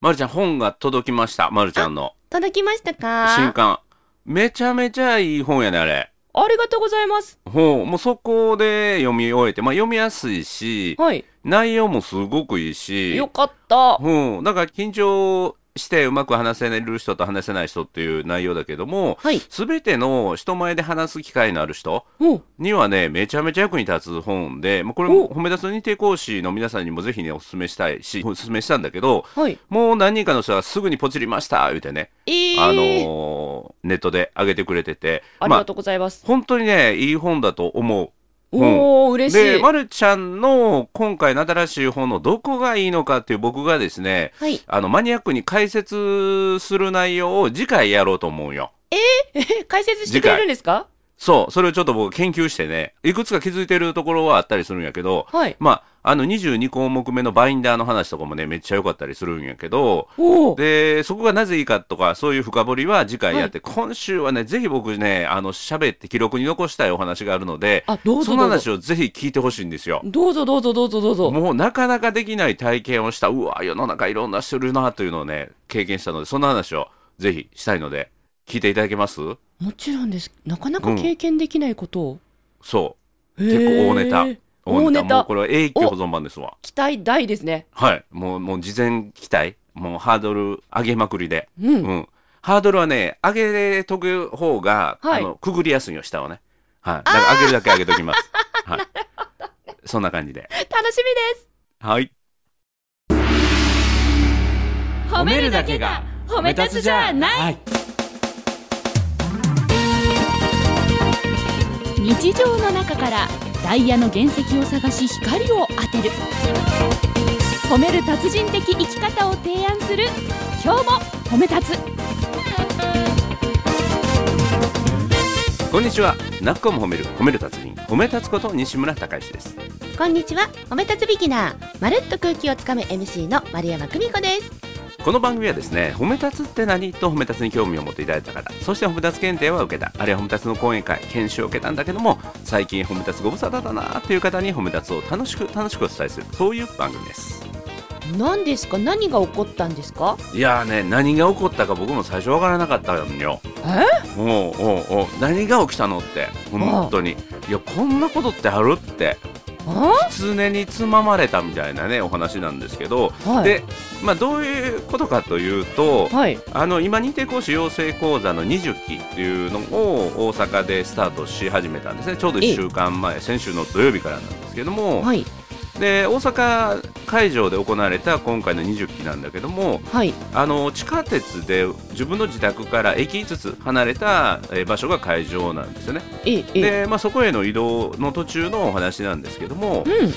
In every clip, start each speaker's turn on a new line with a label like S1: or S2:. S1: まるちゃん、本が届きました。まるちゃんの
S2: 届きました
S1: 新
S2: か
S1: 刊。めちゃめちゃいい本やね、あれ。
S2: ありがとうございます。
S1: ほう、もうそこで読み終えて、まあ読みやすいし、
S2: はい。
S1: 内容もすごくいいし、
S2: よかった。
S1: うん、だから緊張してうまく話せる人と話せない人っていう内容だけども、
S2: はい
S1: すべての人前で話す機会のある人
S2: うん。
S1: にはね、めちゃめちゃ役に立つ本で、まあ、これ
S2: お
S1: も褒め立つ認定講師の皆さんにもぜひね、お勧めしたいし、お勧めしたんだけど、
S2: はい。
S1: もう何人かの人はすぐにポチりました、言うてね、
S2: えー、
S1: あのーネットで上げてくれてて、
S2: あり
S1: ま
S2: が
S1: あ
S2: とうございます。
S1: 本当にね、いい本だと思う。
S2: おお、嬉し
S1: で、
S2: い。
S1: まるちゃんの今回の新しい本のどこがいいのかっていう僕がですね、
S2: はい。
S1: あの、マニアックに解説する内容を次回やろうと思うよ。
S2: え解説してくれるんですか
S1: そう、それをちょっと僕研究してね、いくつか気づいてるところはあったりするんやけど、
S2: はい。
S1: まあ、あの22項目目のバインダーの話とかもね、めっちゃ良かったりするんやけど、
S2: おお。
S1: で、そこがなぜいいかとか、そういう深掘りは次回やって、今週はね、ぜひ僕ね、あの、喋って記録に残したいお話があるので、
S2: あ、どう
S1: そ
S2: ぞ
S1: の
S2: どう
S1: 話
S2: ぞ。
S1: をぜひ聞いてほしいんですよ。
S2: どうぞどうぞどうぞどうぞ。
S1: もうなかなかできない体験をした、うわ、世の中いろんな人いるなというのをね、経験したので、その話をぜひしたいので、聞いていただけます
S2: もちろんです。なかなか経験できないことを。
S1: そう。
S2: へー
S1: 結構大ネタ。
S2: 大ネタ
S1: もうこれは永久保存版ですわ。
S2: 期待大ですね。
S1: はい。もう、もう事前期待。もうハードル上げまくりで。
S2: う。
S1: うんん。ハードルはね、上げとく方が、
S2: はい
S1: あの、くぐりやすいよ、下をね。はい。だから上げるだけ上げとき ます。はい。そんな感じで。
S2: 楽しみです。
S1: はい。
S2: 褒
S1: はい。
S3: 日常の中からダイヤの原石を探し光を当てる褒める達人的生き方を提案する今日も褒め立つ
S1: こんにちは。なっこも褒める、褒める達人、褒め立つこと西村孝之です。
S2: こんにちは、褒め立つビギナー、まるっと空気をつかむ MC の丸山久美子です。
S1: この番組はですね、褒め立つって何と褒め立つに興味を持っていただいた方、そして褒め立つ検定は受けた、あるいは褒め立つの講演会、研修を受けたんだけども、最近褒め立つご無沙汰だなっていう方に褒め立つを楽しく楽しくお伝えする、そういう番組です。
S2: 何ですか、何が起こったんですか。
S1: いやーね、何が起こったか僕も最初わからなかったのよ。えおうおうおう何が起きたのって、本当に。いや、こんなことってあるって、
S2: あ、
S1: 狐につままれたみたいなね、お話なんですけど、
S2: はい。
S1: で、まあ、どういうことかというと、
S2: はい。
S1: あの今認定講師養成講座の20期っていうのを大阪でスタートし始めたんですねちょうど
S2: ええ
S1: 1週間前先週の土曜日からなんですけども、
S2: はい。
S1: で大阪会場で行われた今回の20期なんだけども
S2: はい。
S1: あの地下鉄で自分の自宅から駅5つ離れたえー場所が会場なんですよね
S2: ええ、ええ。
S1: で、まあ、そこへの移動の途中のお話なんですけども、
S2: うん。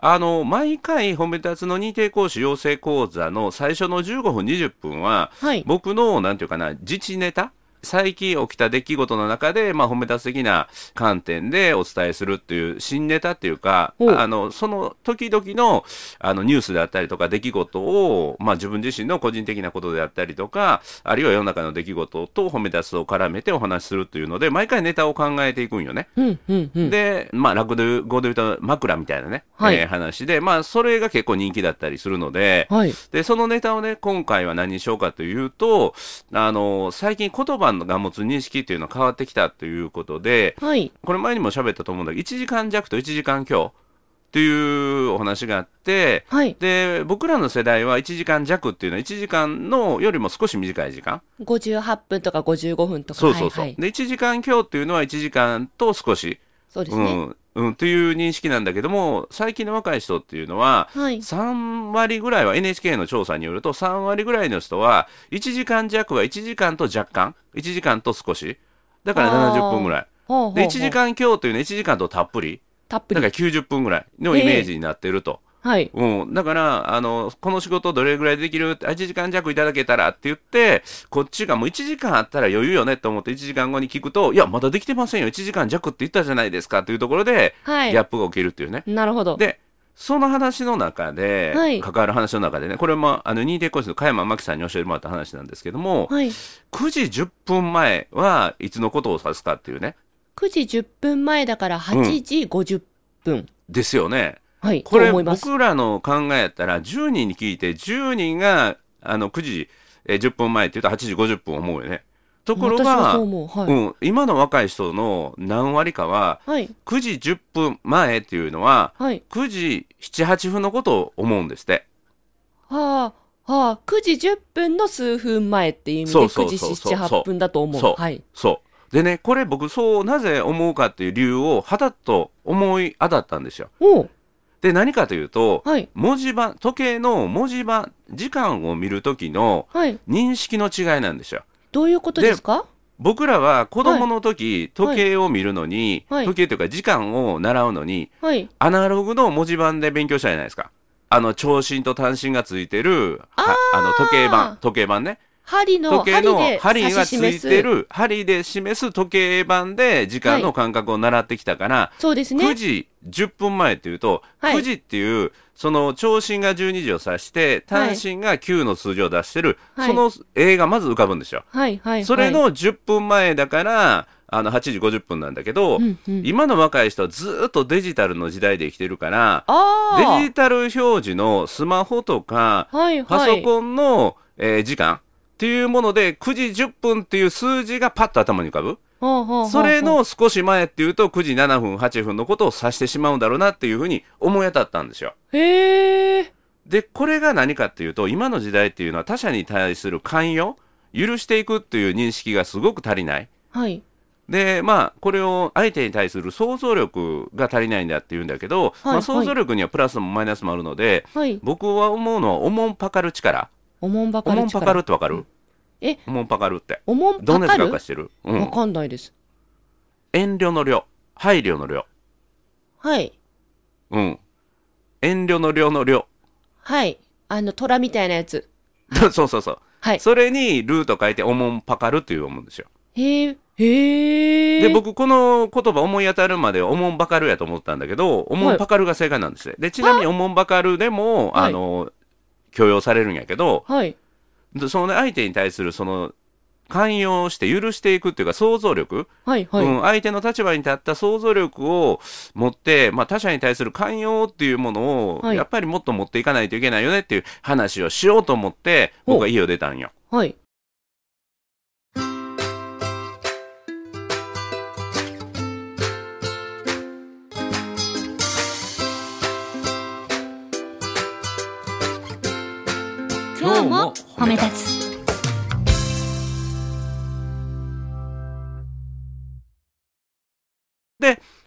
S1: あの毎回褒め立つの認定講師養成講座の最初の15分20分は
S2: はい。
S1: 僕のなんていうかな自治ネタ最近起きた出来事の中で、まあ、褒め立つ的な観点でお伝えするっていう新ネタっていうか
S2: おう
S1: あのその時々のあのニュースであったりとか出来事を、まあ、自分自身の個人的なことであったりとかあるいは世の中の出来事と褒め立つを絡めてお話しするっていうので毎回ネタを考えていくんよね。
S2: うん。うん。うん。
S1: で、まあ、落語で言うと枕みたいなね、
S2: はい
S1: えー話で、まあ、それが結構人気だったりするので、
S2: はい。
S1: で、そのネタをね、今回は何にしようかというと、あの、最近言葉が持つ認識っていうのは変わってきたということで、
S2: はい。
S1: これ前にも喋ったと思うんだけど、1時間弱と1時間強っていうお話があって、
S2: はい。
S1: で、僕らの世代は1時間弱っていうのは1時間のよりも少し短い時間。
S2: 五十八分とか五十五分とか。
S1: そうそうそう。
S2: はいはい、
S1: で、1時間強っていうのは1時間と少し。
S2: そうですね。
S1: うん、うん、という認識なんだけども最近の若い人っていうのは
S2: はい。
S1: 3割ぐらいは NHK の調査によると3割ぐらいの人は1時間弱は1時間と若干1時間と少しだから
S2: あー
S1: 70分ぐらい
S2: ほうほうほう
S1: で1時間強というのは1時間とたっぷり
S2: たっぷ
S1: だか
S2: り。
S1: ら90分ぐらいのイメージになってると、
S2: はい。
S1: うん、だからあのこの仕事どれぐらいできるって1時間弱いただけたらって言ってこっちがもう1時間あったら余裕よねと思って1時間後に聞くといやまだできてませんよ1時間弱って言ったじゃないですかというところで
S2: は
S1: ギャ
S2: い。
S1: ップが起きるっていうね。
S2: なるほど。
S1: で、その話の中で、
S2: はい
S1: 関わる話の中でねこれもあの認定講師の加山真紀さんに教えてもらった話なんですけども、
S2: はい。
S1: 9時10分前はいつのことを指すかっていうね
S2: 9時10分前だから8時50分。
S1: ですよね。
S2: はい。
S1: ことれ
S2: 思います。
S1: 僕らの考えやったら10人に聞いて10人があの9時えー10分前って言うと8時50分思うよね。ところ
S2: 私は
S1: が
S2: そう思う。はい。
S1: うん、今の若い人の何割かは
S2: はい。
S1: 9時10分前っていうのは
S2: はい。
S1: 9時78分のことを思うんですって。
S2: はあ、はあ、9時10分の数分前っていう意味で
S1: そうそ
S2: 9
S1: う
S2: 時
S1: そう
S2: 7、
S1: そう
S2: 8分だと思う。
S1: そう
S2: はい。
S1: そう。でね、これ僕そうなぜ思うかっていう理由を肌と思い当たったんですよ。
S2: おう
S1: で、何かというと、
S2: はい。
S1: 文字盤、時計の文字盤、時間を見るときの
S2: はい。
S1: 認識の違いなんですよ。
S2: どういうことですか
S1: 僕らは子供の時、
S2: はい
S1: 時計を見るのに、
S2: はい
S1: 時計というか時間を習うのに、
S2: はい。
S1: アナログの文字盤で勉強したじゃないですか。あの、長針と短針がついてる、はあの、時計盤、時計盤ね。
S2: 針の、
S1: 時計
S2: 針
S1: の
S2: で
S1: 針
S2: 指
S1: が
S2: し
S1: つい
S2: 示
S1: て
S2: す。
S1: る、針で示す時計盤で時間の感覚を習ってきたから、
S2: そうですね
S1: 9。時10分前っていうと、
S2: はい
S1: 9時っていう、その長針が12時を指して、短針が9の数字を出してる、
S2: はい
S1: その絵がまず浮かぶんですよ。
S2: はい、はい。
S1: それ
S2: はい、
S1: の10分前だから、あの8時50分なんだけど、
S2: うんうん
S1: 今の若い人はずーっとデジタルの時代で生きてるから、
S2: あ
S1: デジタル表示のスマホとか
S2: あ、、はい、はい。
S1: パソコンの、えー時間っていうもので、9時10分っていう数字がパッと頭に浮かぶ。
S2: ほうほうほうほう
S1: それ、の少し前っていうと、9時7分、8分のことを指してしまうんだろうなっていうふうに思い当たったんですよ。
S2: へえ、
S1: で、これが何かっていうと、今の時代っていうのは他者に対する寛容、許していくっていう認識がすごく足りない。
S2: はい、
S1: で、まあ、これを相手に対する想像力が足りないんだっていうんだけど、
S2: はい
S1: まあ、想像力にはプラスもマイナスもあるので、
S2: はい。
S1: 僕は思うのは、おもんぱかる力。
S2: おもんば
S1: お
S2: か
S1: も
S2: る
S1: ん
S2: 力。
S1: ぱかるってわかる
S2: え、
S1: おもんぱかるって。
S2: おもん
S1: ど
S2: ば
S1: んな
S2: か
S1: 字が
S2: る
S1: かしてるう
S2: わ
S1: ん。
S2: かんないです。
S1: 遠慮の量。配慮の量。
S2: はい、
S1: うん。遠慮の量の量。
S2: はい。あの、虎みたいなやつ。
S1: そうそうそう。
S2: はい。
S1: それに、ルート書いて、おもんぱかるっていう思うんですよ。
S2: へえ、へえ。
S1: で、僕、この言葉思い当たるまで、おもんばかるやと思ったんだけど、おもんばかるが正解なんですね。で、ちなみに、おもんばかるでも、
S2: はい
S1: あの、許容されるんやけど、
S2: はい。
S1: でその相手に対する、その、寛容して許していくっていうか、想像力、
S2: はい、はい。
S1: うん、相手の立場に立った想像力を持って、まあ、他者に対する寛容っていうものを、
S2: はい
S1: やっぱりもっと持っていかないといけないよねっていう話をしようと思って、
S2: ほう
S1: 僕は家を出たんよ。
S2: はい。
S3: 今日も褒め立つ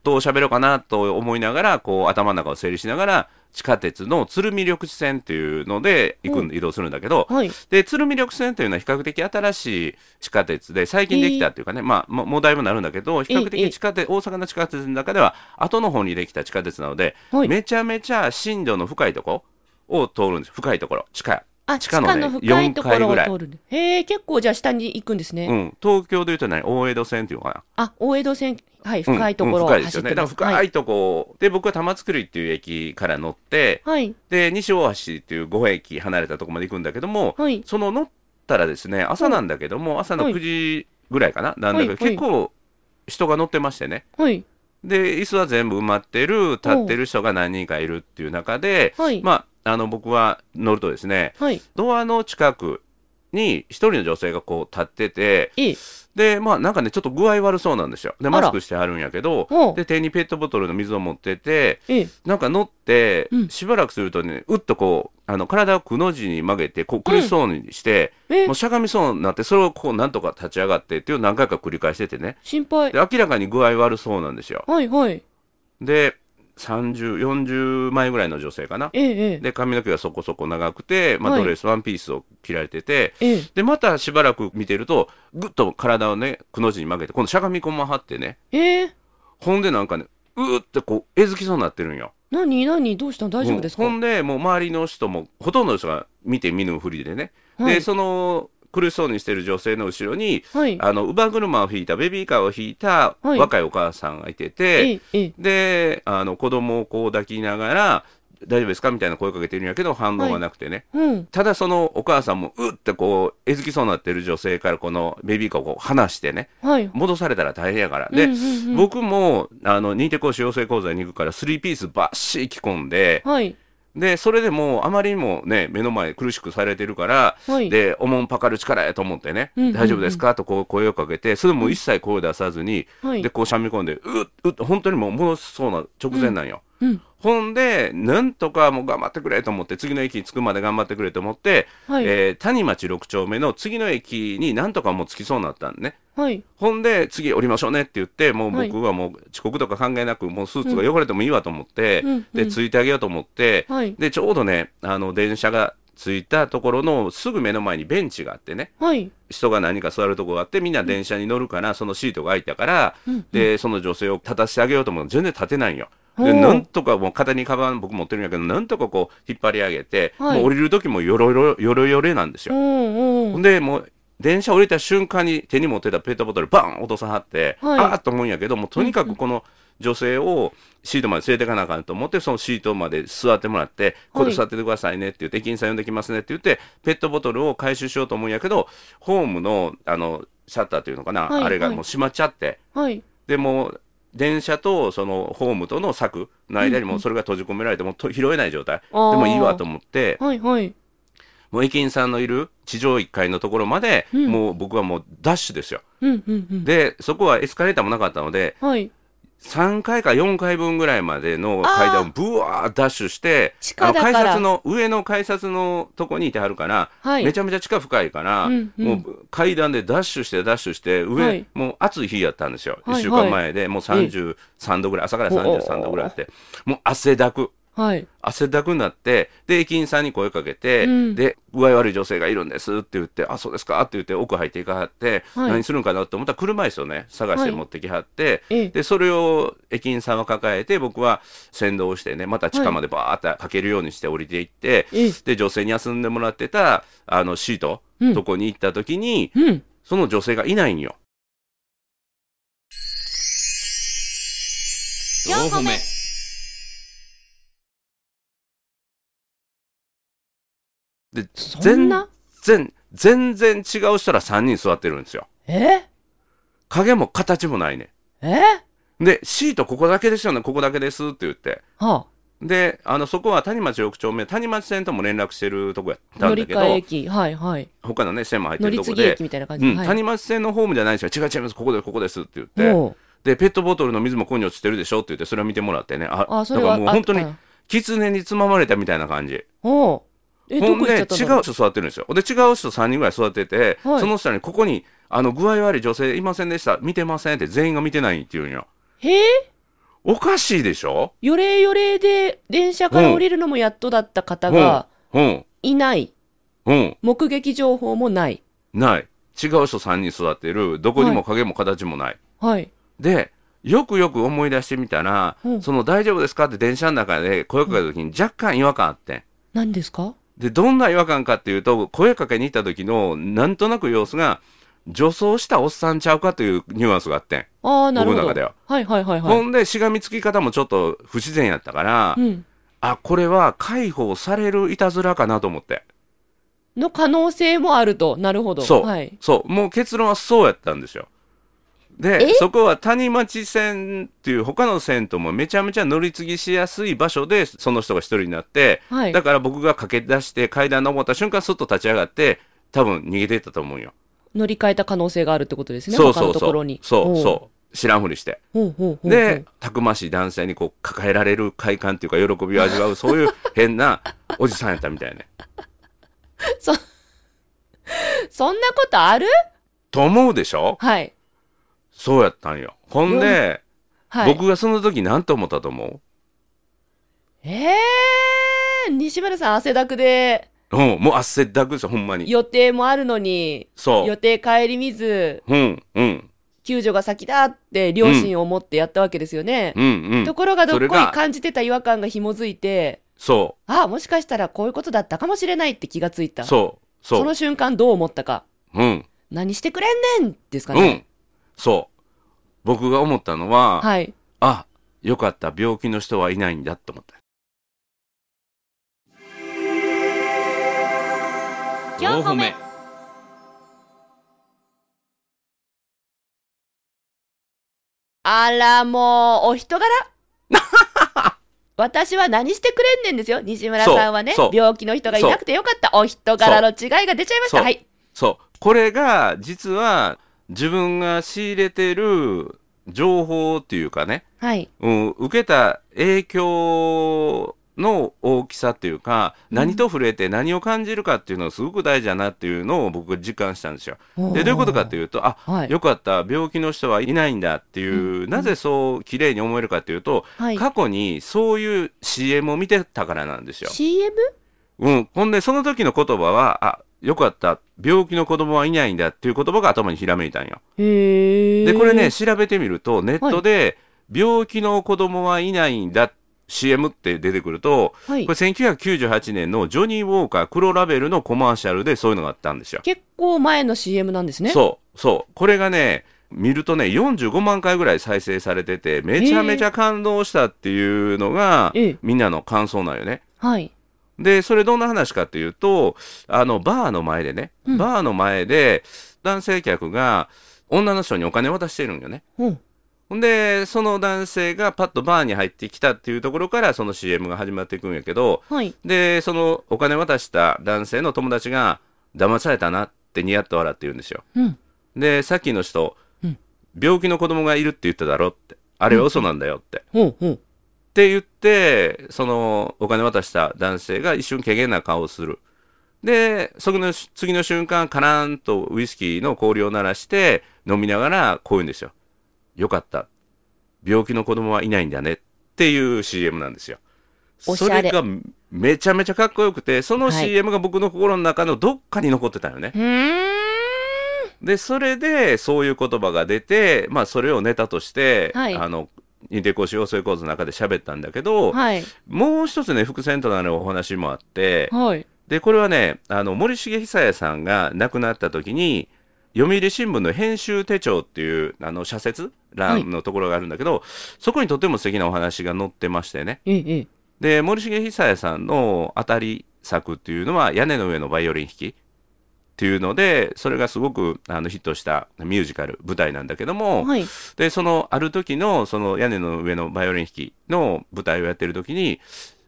S1: どう喋ろうかなと思いながら、こう頭の中を整理しながら、地下鉄の鶴見緑地線っていうので行くん、移動するんだけど、
S2: はい。
S1: で、鶴見緑線というのは比較的新しい地下鉄で、最近できたっていうかね、まあ、ももうだいぶなるんだけど、比較
S2: ええ
S1: 的地下鉄、大阪の地下鉄の中では、後の方にできた地下鉄なので、
S2: はい
S1: めちゃめちゃ深度の深いとこを通るんです。深いところ、地下。
S2: あ、
S1: 地
S2: 地
S1: 下
S2: 下
S1: のね
S2: の深いところ
S1: 四
S2: を
S1: 階
S2: 通るんで。へえ、結構じゃあ下に行くんですね。
S1: うん。東京でいうと何大江戸線っていうのか
S2: あ、大江戸線、はい、
S1: な。
S2: 深いとこ
S1: うん
S2: ろ
S1: う
S2: を
S1: ん深いです
S2: 走
S1: よ
S2: っ
S1: ね。
S2: て
S1: だから
S2: ます。
S1: 深
S2: はい。
S1: いとこ、で、僕は玉造っていう駅から乗って、
S2: はい。
S1: で、西大橋っていう5駅離れたとこまで行くんだけども、
S2: はい。
S1: その乗ったらですね、朝なんだけども、朝の
S2: はい
S1: 9時ぐらいかな、なんだけど、
S2: はい
S1: 結構人が乗ってましてね。
S2: はい。
S1: で、椅子は全部埋まってる、立ってる人が何人かいるっていう中で、
S2: はい。
S1: まあ、あの、僕は乗るとですね、
S2: はい。
S1: ドアの近くに一人の女性がこう立ってて、
S2: ええ。
S1: で、まあなんかね、ちょっと具合悪そうなんですよ。で、
S2: あら
S1: マスクしてあるんやけど
S2: おう、
S1: で、手にペットボトルの水を持ってて、
S2: ええ。
S1: なんか乗って
S2: う、ん
S1: しばらくするとね、うっとこう、あの、体をくの字に曲げて、こう、苦しそうにして、
S2: ええ
S1: もうしゃがみそうになって、それをこう、なんとか立ち上がってっていうのを何回か繰り返しててね。
S2: 心配
S1: で、。明らかに具合悪そうなんですよ。
S2: はい、はい。
S1: で、30、40枚ぐらいの女性かな。
S2: ええ、ええ。
S1: で、髪の毛がそこそこ長くて、まあ、
S2: はい
S1: ドレス、ワンピースを着られてて、
S2: ええ。
S1: で、またしばらく見てると、ぐっと体をね、くの字に曲げて、今度しゃがみ込まはってね、
S2: ええ。
S1: ほんでなんかね、うーってこう、えずきそうになってるんよ。
S2: 何、何、どうしたの大丈夫ですか
S1: うんほんで、もう周りの人も、ほとんどの人が見て見ぬふりでね、
S2: は
S1: で、
S2: い。
S1: その、苦しそうにしてる女性の後ろに、
S2: はい。
S1: あの、乳母車を引いた、ベビーカーを引いた
S2: はい
S1: 若いお母さんがいてて、
S2: ええ、ええ。
S1: で、あの、子供をこう抱きながら、大丈夫ですかみたいな声かけてるんやけど反応がなくてね、
S2: うん。
S1: ただそのお母さんもうってこうえずきそうになってる女性からこのベビーカーをこう離してね
S2: はい。
S1: 戻されたら大変やからで、
S2: うんうんうん
S1: 僕もあの認定講師養成講座に行くから3ピースばっしり着込んで
S2: はい。
S1: でそれでもうあまりにもね目の前苦しくされてるから、
S2: はい
S1: でおもんぱかる力やと思ってね、
S2: うんうんうん
S1: 大丈夫ですかとこう声をかけてそれも一切声を出さずに、
S2: はい
S1: でこうしゃみ込んでうっうっ本当にもう戻しそうな直前なんよ。
S2: うん。
S1: ほんで、なんとかもう頑張ってくれと思って、次の駅に着くまで頑張ってくれと思って、
S2: はい
S1: えー谷町6丁目の次の駅になんとかもう着きそうになったんね。
S2: はい。
S1: ほんで、次降りましょうねって言って、もう
S2: はい
S1: 僕はもう遅刻とか考えなく、もうスーツが汚れてもいいわと思って、
S2: うんうん
S1: で、着いてあげようと思って、
S2: はい
S1: で、ちょうどね、あの、電車が着いたところのすぐ目の前にベンチがあってね、
S2: はい。
S1: 人が何か座るとこがあってみんな電車に乗るから、そのシートが空いたから、
S2: うん
S1: でその女性を立たせてあげようと思う全然立てないんよ。
S2: お
S1: で
S2: ー
S1: なんとかもう肩にカバン僕持ってるんやけどなんとかこう引っ張り上げて、
S2: はい
S1: もう降りる時もよろよろよろよれなんです
S2: う
S1: よ。
S2: ん
S1: ほ
S2: うんん。
S1: でもう電車降りた瞬間に手に持ってたペットボトルバン落とさはって、
S2: はい
S1: あーっと思うんやけどもうとにかくこの女性をシートまで連れていかなあかんと思ってそのシートまで座ってもらって、ここで座っててくださいねって言って駅員さん呼んできますねって言ってペットボトルを回収しようと思うんやけどホームのあのシャッターというのかな、
S2: はい
S1: あれが
S2: はい
S1: もう閉まっちゃって
S2: はい。
S1: でもう電車とそのホームとの柵の間にもうそれが閉じ込められてもうと拾えない状態で
S2: あー
S1: もいいわと思って
S2: はい。はい。
S1: もう駅員さんのいる地上1階のところまで、
S2: うん
S1: もう僕はもうダッシュですよ。
S2: うんうんうん。
S1: で、そこはエスカレーターもなかったので、
S2: はい。
S1: 3階か4階分ぐらいまでの階段をぶわーダッシュして、
S2: 地下だから
S1: あの改札の、上の改札のとこにいてはるから、
S2: はい
S1: めちゃめちゃ地下深いから、
S2: うんうん
S1: もう階段でダッシュしてダッシュして、上、
S2: はい
S1: もう暑い日やったんですよ。
S2: はい
S1: 1週間前で、もう33度ぐらい、朝から33度ぐらいあって、もう汗だく。
S2: はい。
S1: 汗だくになって、で、駅員さんに声かけて、
S2: うん
S1: で、具合悪い女性がいるんですって言って、あ、そうですかって言って奥入っていかはって、
S2: はい
S1: 何するんかなと思ったら車椅子をね、探して持ってきはって、
S2: ええ
S1: で、それを駅員さんは抱えて、僕は先導してね、また地下までバーってかけるようにして降りていって、
S2: ええ
S1: で、女性に休んでもらってた、あの、シート、
S2: うん
S1: とこに行った時に、
S2: うん。
S1: その女性がいないんよ。
S3: 4個目
S1: で
S2: そんな
S1: 全全然違う人ら3人座ってるんですよ。
S2: え
S1: 影も形もないね。
S2: え
S1: で、シートここだけですよね、ここだけですって言って。
S2: は
S1: で、あの、そこは谷町6丁目、谷町線とも連絡してるとこやっ
S2: あ。
S1: た
S2: 乗
S1: ん
S2: り
S1: だけ
S2: 換え
S1: ど、
S2: 駅。はいはい。
S1: 他のね、線も入って
S2: 乗
S1: る
S2: り
S1: と
S2: 継
S1: こ
S2: ぎ
S1: で
S2: 駅、みたいな感
S1: う
S2: じ。
S1: ん、
S2: はい。
S1: 谷町線のホームじゃないんですよ。違う違います、ここです、ここですって言って、
S2: おう
S1: で、ペットボトルの水もここに落ちてるでしょって言って、それを見てもらってね、あ、
S2: あそれ
S1: だ
S2: は
S1: からもう本当
S2: あ
S1: に
S2: った、
S1: 狐につままれたみたいな感じ。
S2: おうえ、ど
S1: ほん
S2: こ行っ
S1: で、
S2: ち
S1: 違
S2: ゃ
S1: う
S2: ったんだろう
S1: 人座ってるんですよ。ほんで、違う人3人ぐらい座ってて、
S2: はい
S1: その人に、ここに、あの、具合悪い女性いませんでした、見てませんって全員が見てないっていうんよ。
S2: へえ
S1: おかしいでしょ
S2: よれよれで電車から降りるのもやっとだった方が
S1: うん、うん、
S2: いない。
S1: うん。
S2: 目撃情報もない。
S1: ない。違う人3人育ってる。どこにも影も形もない。
S2: はい。
S1: で、よくよく思い出してみたら、
S2: うん
S1: その大丈夫ですかって電車の中で声かけた時に若干違和感あってん。
S2: 何ですか
S1: で、どんな違和感かっていうと、声かけに行った時のなんとなく様子が、女装したおっさんちゃうかというニュアンスがあってん。
S2: ああ、なるほど。
S1: 僕の中では
S2: はいはいはいは
S1: ほ
S2: い。
S1: んで、しがみつき方もちょっと不自然やったから、
S2: うん。
S1: あ、これは解放されるいたずらかなと思って。
S2: の可能性もあると。なるほど。
S1: そう、
S2: はい。
S1: そう、もう結論はそうやったんですよ。で、そこは谷町線っていう他の線ともめちゃめちゃ乗り継ぎしやすい場所でその人が一人になって、
S2: はい
S1: だから僕が駆け出して階段登った瞬間すっと立ち上がって、多分逃げてったと思うよ。
S2: 乗り換えた可能性があるってことですね。
S1: そうそう
S2: 他のと
S1: そ
S2: ころ
S1: う
S2: に。。
S1: そうそう。知らんふりして。
S2: う。ほうほうほう。
S1: で、たくましい男性にこう抱えられる快感っていうか喜びを味わう、そういう変 なおじさんやったみたいね。
S2: そ、そんなことある
S1: と思うでしょ
S2: はい。
S1: そうやったんよ。ほんで、
S2: はい。
S1: 僕がその時何と思ったと思う
S2: えー、西村さん汗だくで、
S1: うん、もう汗だくですよ、ほんまに。
S2: 予定もあるのに、
S1: そ
S2: 予
S1: う。
S2: 定帰り見ず、
S1: うん、うん、
S2: 救助が先だって両親を持ってやったわけですよね。
S1: うん、うん
S2: と。ころがどっこい
S1: それが
S2: 感じてた違和感が紐づいて、
S1: そ、
S2: ああ、もしかしたらこういうことだったかもしれないって気がついうた。
S1: そう、
S2: そ
S1: そ
S2: の
S1: う。
S2: 瞬間どう思ったか。
S1: うん、
S2: 何してくれんねんですか
S1: う
S2: ね
S1: ん。。そう。僕が思ったのは、
S2: はい。
S1: あ、よかった、病気の人はいないんだと思った。
S3: 4歩目
S2: あらもう、お人柄私は何してくれんねんですよ。西村さんはね
S1: そう、そう
S2: 病気の人がいなくてよかった。お人柄の違いが出ちゃいまし
S1: そ
S2: た。
S1: う
S2: はい。
S1: そうこれが実は自分が仕入れてる情報っていうかね、
S2: はい。
S1: うん、受けた影響の大きさっていうか何と触れて何を感じるかっていうのはすごく大事だなっていうのを僕実感したんですよ。でどういうことかって
S2: いう。
S1: いうとあ
S2: はい。
S1: よかった病気の人はいないんだっていう、
S2: うん
S1: なぜそう綺麗に思えるかっていうと、
S2: はい、
S1: 過去にそういう CM を見てたからなんですよ。
S2: CM?
S1: うん、ほんでその時の言葉はあよかった病気の子供はいないんだっていう言葉が頭にひらめいたんよ。
S2: へえ。
S1: でこれね、調べてみるとネットで「病気の子供はいないんだ」CM って出てくると
S2: はい
S1: これ、1998年のジョニー・ウォーカー黒ラベルのコマーシャルでそういうのがあったんですよ。
S2: 結構前の CM なんですね。
S1: そうそうこれがね見るとね45万回ぐらい再生されててめちゃめちゃ感動したっていうのが、
S2: ええ
S1: みんなの感想なんよね。
S2: はい。
S1: でそれどんな話かっていうとあのバーの前でね、
S2: うん
S1: バーの前で男性客が女の人にお金を渡してるんよね。
S2: うん。
S1: ほんでその男性がパッとバーに入ってきたっていうところからその CM が始まっていくんやけど
S2: はい。
S1: でそのお金渡した男性の友達が騙されたなってニヤッと笑って言うんですよ。
S2: うん。
S1: で、さっきの人、
S2: うん
S1: 病気の子供がいるって言っただろって、あれは嘘なんだよって。っ
S2: ほうほう。
S1: て言って、そのお金渡した男性が一瞬、けげな顔をする。で、その次の瞬間、カランとウイスキーの氷を鳴らして、飲みながらこう言うんですよ。よかった。病気の子供はいないんだねっていう CM なんですよ。
S2: おし
S1: そ
S2: ゃれ
S1: れがめちゃめちゃかっこよくて、その
S2: はい
S1: CM が僕の心の中のどっかに残ってたよね。
S2: うーん。
S1: でそれでそういう言葉が出て、まあ、それをネタとして、
S2: はい
S1: あの認定講師養成講座の中で喋ったんだけど、
S2: はい。
S1: もう一つね伏線となるお話もあって、
S2: はい。
S1: でこれはねあの森重久彌さんが亡くなった時に読売新聞の編集手帳っていうあの社説欄のところがあるんだけど、そこにとても素敵なお話が載ってましてね
S2: ええ。
S1: で森重久彌さんの当たり作っていうのは「屋根の上のバイオリン弾き」っていうのでそれがすごくあのヒットしたミュージカル舞台なんだけども、
S2: はい。
S1: でそのある時のその屋根の上のバイオリン弾きの舞台をやってる時に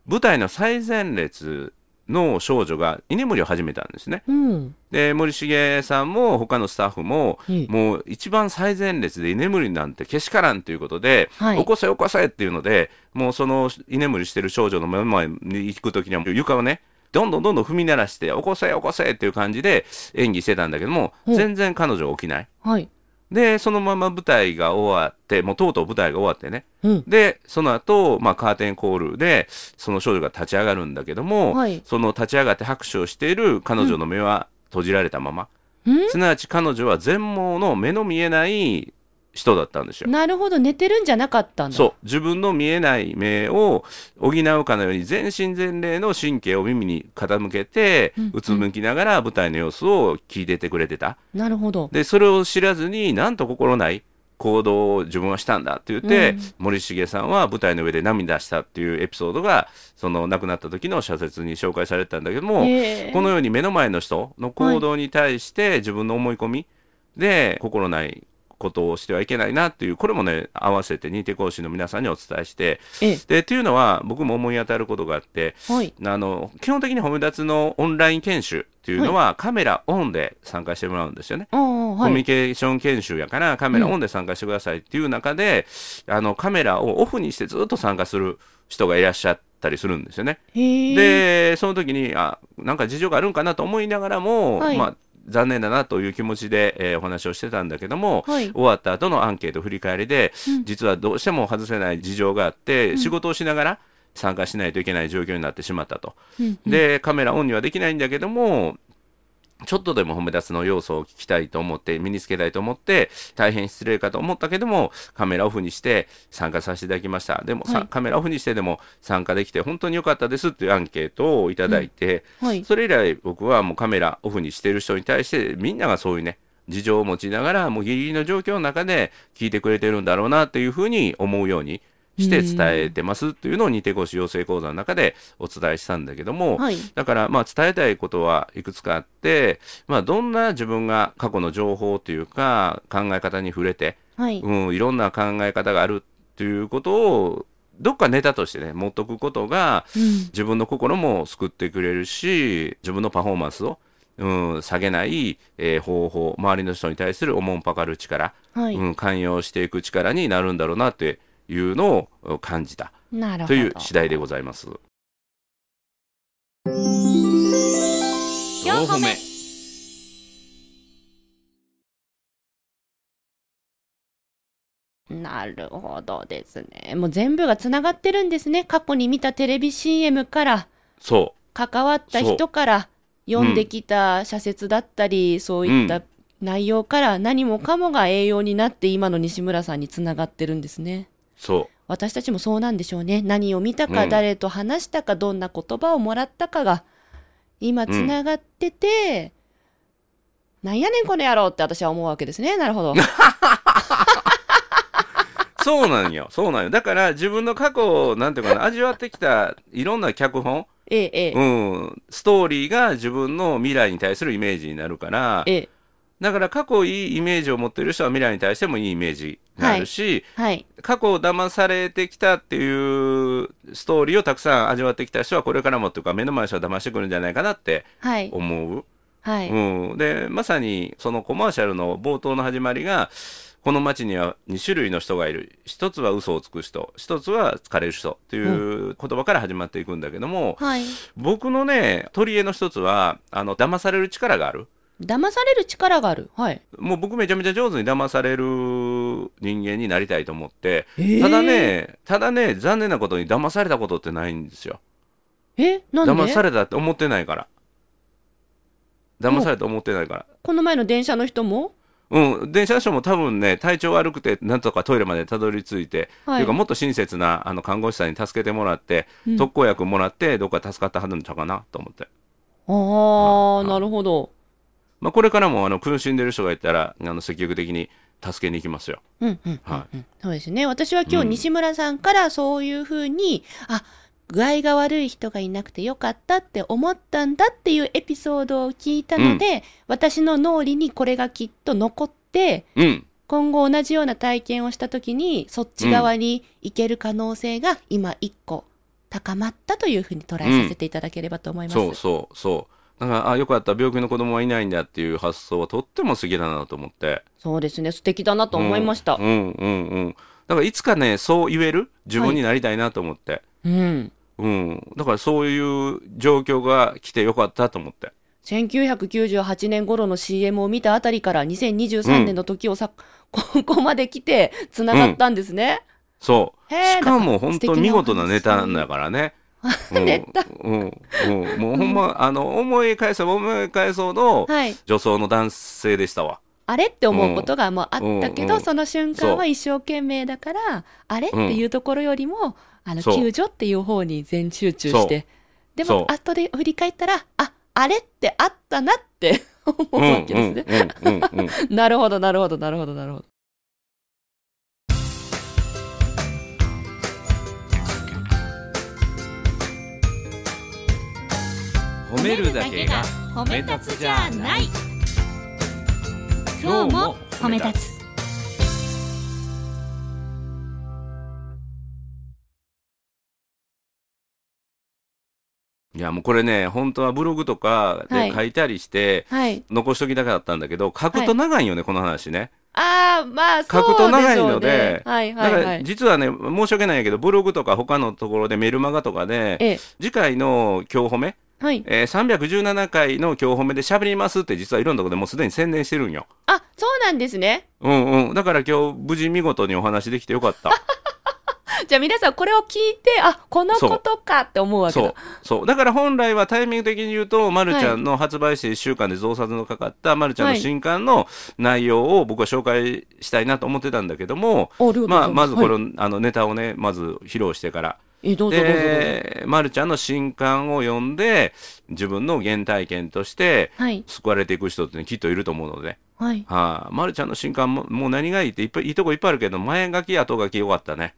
S1: 舞台の最前列の少女が居眠りを始めたんですね。
S2: うん。
S1: で森重さんも他のスタッフも、
S2: ええ
S1: もう一番最前列で居眠りなんてけしからんということで、
S2: はい
S1: 起こせ起こせっていうのでもうその居眠りしてる少女の目の前に行く時には床をねどんどんどんどん踏み鳴らして起こせ起こせっていう感じで演技してたんだけども
S2: ほう
S1: 全然彼女は起きない。
S2: はい。
S1: でそのまま舞台が終わってもうとうとう舞台が終わってね
S2: うん。
S1: でその後、まあカーテンコールでその少女が立ち上がるんだけども、
S2: はい
S1: その立ち上がって拍手をしている彼女の目は閉じられたまま、
S2: うん
S1: すなわち彼女は全盲の目の見えない人だったんですよ。
S2: なるほど、寝てるんじゃなかったんだ。
S1: そう自分の見えない目を補うかのように全身全霊の神経を耳に傾けて
S2: うん
S1: うつむきながら舞台の様子を聞いててくれてた。
S2: なるほど。
S1: でそれを知らずになんと心ない行動を自分はしたんだって言って、
S2: うん
S1: 森重さんは舞台の上で涙したっていうエピソードがその亡くなった時の社説に紹介されてたんだけども、
S2: へえ
S1: このように目の前の人の行動に対して自分の思い込みで心ないことをしてはいけないなっていうこれもね合わせて認定講師の皆さんにお伝えして
S2: ええ
S1: でっていうのは僕も思い当たることがあって
S2: はい。
S1: あの基本的に褒め立つのオンライン研修っていうのは、カメラオンで参加してもらうんですよね。
S2: ああ、は
S1: コミュニ
S2: い。
S1: ケーション研修やからカメラオンで参加してくださいっていう中で、あのカメラをオフにしてずっと参加する人がいらっしゃったりするんですよね。
S2: へえ。
S1: でその時にあなんか事情があるんかなと思いながらも、
S2: はい
S1: まあ、残念だなという気持ちで、えーお話をしてたんだけども、
S2: はい
S1: 終わった後のアンケート振り返りで、
S2: うん
S1: 実はどうしても外せない事情があって、仕事をしながら参加しないといけない状況になってしまったと。
S2: うん
S1: でカメラオンにはできないんだけどもちょっとでも褒め立つの要素を聞きたいと思って身につけたいと思って大変失礼かと思ったけどもカメラオフにして参加させていただきましたでもさ、
S2: はい
S1: カメラオフにしてでも参加できて本当に良かったですっていうアンケートをいただいて、
S2: はい。
S1: それ以来僕はもうカメラオフにしてる人に対してみんながそういうね事情を持ちながらもうギリギリの状況の中で聞いてくれてるんだろうなっていうふうに思うようにして伝えてますっていうのを二手越し養成講座の中でお伝えしたんだけども、
S2: はい。
S1: だから、まあ、伝えたいことはいくつかあって、まあ、どんな自分が過去の情報というか、考え方に触れて、
S2: はい。
S1: うん、いろんな考え方があるということを、どっかネタとしてね、持っとくことが、
S2: うん。
S1: 自分の心も救ってくれるし、自分のパフォーマンスを、うん、下げない、えー方法、周りの人に対するおもんぱかる力、
S2: はい。
S1: うん、関与していく力になるんだろうなっていうのを感じた
S2: なるほど。
S1: という次第でございます。
S3: 4個目
S2: なるほどですね。もう全部がつながってるんですね。過去に見たテレビ CM から、
S1: そう。
S2: 関わった人から、読んできた社説だったり、そういった内容から何もかもが栄養になって今の西村さんにつながってるんですね。
S1: そう。
S2: 私たちもそうなんでしょうね。何を見たか、
S1: うん
S2: 誰と話したか、どんな言葉をもらったかが、今つながってて、なんやねんこの野郎って私は思うわけですね。な るほど。
S1: そうなんよ。 そうなんよ。だから自分の過去を、なんていうかな、味わってきたいろんな脚本、
S2: ええ、ええ、
S1: うん、ストーリーが自分の未来に対するイメージになるから、
S2: ええ、
S1: だから過去いいイメージを持ってる人は未来に対してもいいイメージになるし、
S2: はい。
S1: 過去を騙されてきたっていうストーリーをたくさん味わってきた人はこれからもっていうか目の前の人は騙してくるんじゃないかなって
S2: はい。
S1: 思う。
S2: はい。
S1: うん、でまさにそのコマーシャルの冒頭の始まりがこの街には2種類の人がいる一つは嘘をつく人一つは疲れる人という言葉から始まっていくんだけども、
S2: はい。
S1: 僕のね取り柄の一つはあの騙される力がある
S2: 騙される力がある。はい。
S1: もう僕めちゃめちゃ上手に騙される人間になりたいと思って
S2: えー
S1: ただねただね残念なことに騙されたことってないんですよ
S2: え、なん
S1: 騙
S2: で
S1: されたって思ってないから騙されたと思ってないから
S2: この前の電車の人も
S1: うん、電車の人も多分ね、体調悪くて、なんとかトイレまでたどり着いて、
S2: はい
S1: というか、もっと親切なあの看護師さんに助けてもらって、
S2: うん
S1: 特効薬もらって、どっか助かったはずのちゃうかなと思って、
S2: ああ、なるほど。
S1: まあ、これからもあの苦しんでる人がいたら、あの積極的に助けに行きますよ。
S2: うんうん
S1: は
S2: うんそうですね。私は今
S1: う
S2: 日
S1: ん
S2: 西村さんからそういうふうに、あ、具合が悪い人がいなくてよかったって思ったんだっていうエピソードを聞いたので、私の脳裏にこれがきっと残って、
S1: うん、
S2: 今後同じような体験をした時に、そっち側に行ける可能性が今一個高まったというふうに捉えさせていただければと思います。
S1: そうそうそう。だから、あ、よかった、病気の子供はいないんだっていう発想はとっても素敵だなと思って。
S2: そうですね。素敵だなと思いました
S1: う。ん、うん、うんうん。だから、いつかね、そう言える自分になりたいなと思って。
S2: うん。
S1: うん、だからそういう状況が来てよかったと思って。
S2: 1998年頃の CM を見たあたりから2023年の時をさ、ここ まで来て繋がったんですね。
S1: そう。
S2: へー
S1: しかも本当見事なネタなんだからね。うん
S2: ネタ
S1: うん、うん、もうほんま、あの、思い返せば思い返そうの、
S2: はい。
S1: 女装の男性でしたわ。
S2: あれって思うことがもうあったけ
S1: う
S2: ど、
S1: んうん
S2: その瞬間
S1: そ
S2: は一生懸命だから、あれっていうところよりも、あの、
S1: そう
S2: 救助っていう方に全集中して。で
S1: そう
S2: も、後で振り返ったら、あ、あれってあったなって 思
S1: う
S2: う
S1: ん、うん、
S2: わけ
S1: うん、う
S2: です
S1: ん
S2: ね。、
S1: うん。
S2: なるほど、なるほど、なるほど、なるほど。
S1: 褒めるだけが
S3: 褒
S1: め立つじゃない
S3: 今日も褒め立つ
S1: いや、もうこれね、本当はブログとか
S2: は
S1: で
S2: い
S1: 書いたりして、
S2: はい。
S1: 残しときたかったんだけど、書くと長いよね、この話ね。
S2: ああ、まあ、そう
S1: 書くと
S2: で
S1: 長い
S2: しょうね
S1: ので
S2: はい、は
S1: だ
S2: い、
S1: か
S2: は
S1: ら
S2: い。
S1: 実はね、申し訳ないんやけど、ブログとか他のところでメルマガとかで、
S2: ええ、
S1: 次回の今日褒め、
S2: はい。
S1: えー、317回の今日褒めで喋りますって実はいろんなところでもうすでに宣伝してるんよ。
S2: あ、そうなんですね。
S1: うんうん。だから今日無事見事にお話できてよかった。
S2: じゃあ皆さんこれを聞いて、あ、このことかって思うわけ
S1: そう
S2: だ。。
S1: そう。だから本来はタイミング的に言うと、まるちゃんの発売して1週間で増刷のかかった、まるちゃんの新刊の内容を僕は紹介したいなと思ってたんだけども、
S2: おりょう
S1: まあ、まずこ
S2: れ、
S1: の、あの、ネタをね、まず披露してから。
S2: えどうぞどうぞどうぞ。
S1: で、まるちゃんの新刊を読んで、自分の原体験として、
S2: はい、
S1: 救われていく人ってね、きっといると思うので、
S2: はい。
S1: はい、まるちゃんの新刊ももう何がいいっていっぱいいいとこいっぱいあるけど前書き後書きよかったね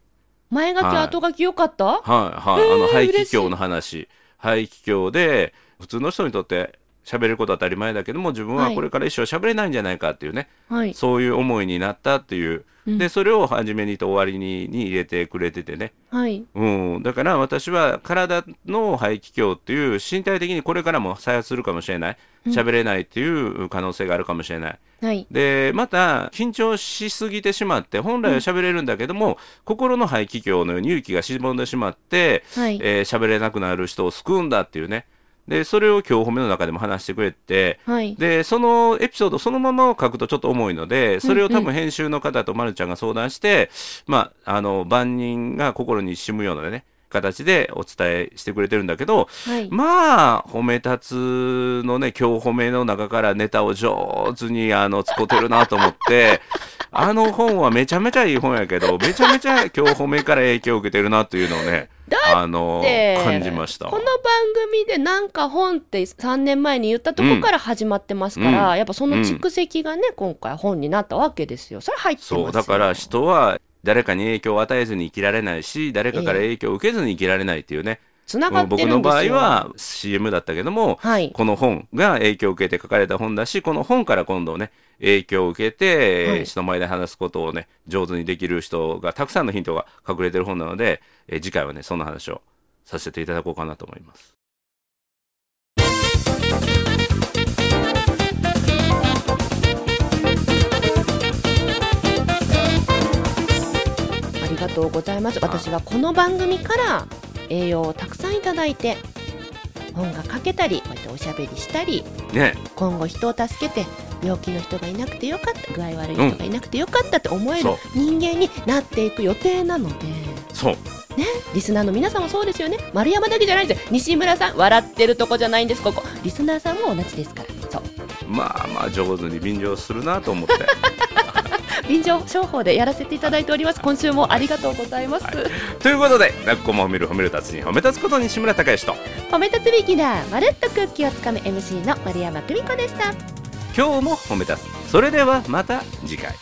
S2: 前書き、
S1: はい
S2: 後書き良かった
S1: はいはい、あの
S2: えー
S1: 肺気胸の話肺気胸で普通の人にとって喋れることは当たり前だけども自分は
S2: はい
S1: これから一生喋れないんじゃないかっていうね、
S2: はい。
S1: そういう思いになったっていう、
S2: うん
S1: でそれを初めにと終わりにに入れてくれててね、
S2: はい。
S1: うん、だから私は体の肺気胸っていう身体的にこれからも再発するかもしれない喋れないっていう可能性があるかもしれない。
S2: はい。
S1: でまた緊張しすぎてしまって本来は喋れるんだけども、心の肺気胸のように勇気がしぼんでしまって
S2: はい。
S1: えー喋れなくなる人を救うんだっていうねでそれを今日褒めの中でも話してくれて
S2: はい。
S1: でそのエピソードそのままを書くとちょっと重いのでそれを多分編集の方とまるちゃんが相談して、まああの万人が心に染むようなね形でお伝えしてくれてるんだけど
S2: はい。
S1: まあ褒め立つのね今日褒めの中からネタを上手にあの使ってるなと思って あの本はめちゃめちゃいい本やけどめちゃめちゃ今日褒めから影響を受けてるなというのをね
S2: だ
S1: あの
S2: で
S1: 感じました
S2: この番組でなんか本って3年前に言ったとこから始まってますから、
S1: うん
S2: やっぱその蓄積がね、今回本になったわけですよ。それ入ってますよ
S1: そうだから人は誰かに影響を与えずに生きられないし誰かから影響を受けずに生きられないっていうね、
S2: つながってるんです
S1: 僕
S2: よ。
S1: の場合は CM だったけども、
S2: はい
S1: この本が影響を受けて書かれた本だしこの本から今度ね影響を受けて、
S2: はい
S1: 人前で話すことをね上手にできる人がたくさんのヒントが隠れてる本なので、えー次回はねその話をさせていただこうかなと思います。
S2: ありがとうございます。私はこの番組から栄養をたくさんいただいて、本が書けたり、こうやっておしゃべりしたり、
S1: ね
S2: 今後人を助けて病気の人がいなくてよかった具合悪い人がいなくてよかったって思える
S1: うんそ
S2: 人間になっていく予定なので、
S1: そう
S2: リスナーの皆さんもそうですよね丸山だけじゃないんですよ西村さん笑ってるとこじゃないんですここリスナーさんも同じですからそう
S1: まあまあ上手に便乗するなと思って
S2: 臨場商法でやらせていただいております今週もありがとうございます、
S1: はいということで「泣く子も褒める褒める達に褒め立つこと西村孝之と
S2: 褒め立つビギナーまるっと空気をつかむ MC の丸山久美子でした
S1: 今日も褒め立つそれではまた次回。